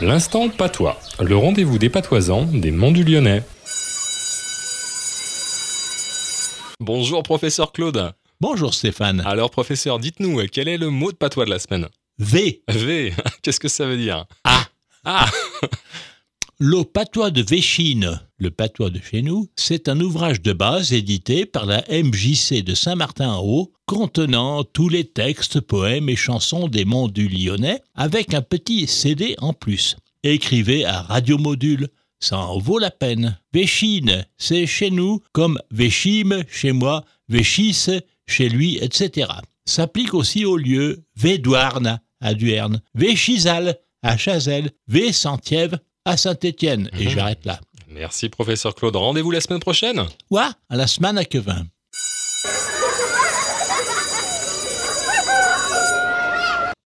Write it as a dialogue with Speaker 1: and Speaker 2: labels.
Speaker 1: L'instant patois, le rendez-vous des patoisans des Monts du Lyonnais. Bonjour professeur Claude.
Speaker 2: Bonjour Stéphane.
Speaker 1: Alors professeur, dites-nous, quel est le mot de patois de la semaine
Speaker 2: V.
Speaker 1: V, qu'est-ce que ça veut dire
Speaker 2: Ah.
Speaker 1: Ah
Speaker 2: Le patois de Véchine, le patois de chez nous, c'est un ouvrage de base édité par la MJC de Saint-Martin-en-Haut, contenant tous les textes, poèmes et chansons des monts du Lyonnais, avec un petit CD en plus. Écrivez à Radio Module, ça en vaut la peine. Véchine, c'est chez nous, comme Véchime, chez moi, Véchisse, chez lui, etc. S'applique aussi aux lieux Védouarne à Duerne, Véchisal à Chazelle, Vésentiève à Saint-Étienne. Et
Speaker 1: Mhm.
Speaker 2: j'arrête là.
Speaker 1: Merci professeur Claude, rendez-vous la semaine prochaine
Speaker 2: Quoi À la semaine à Quevin.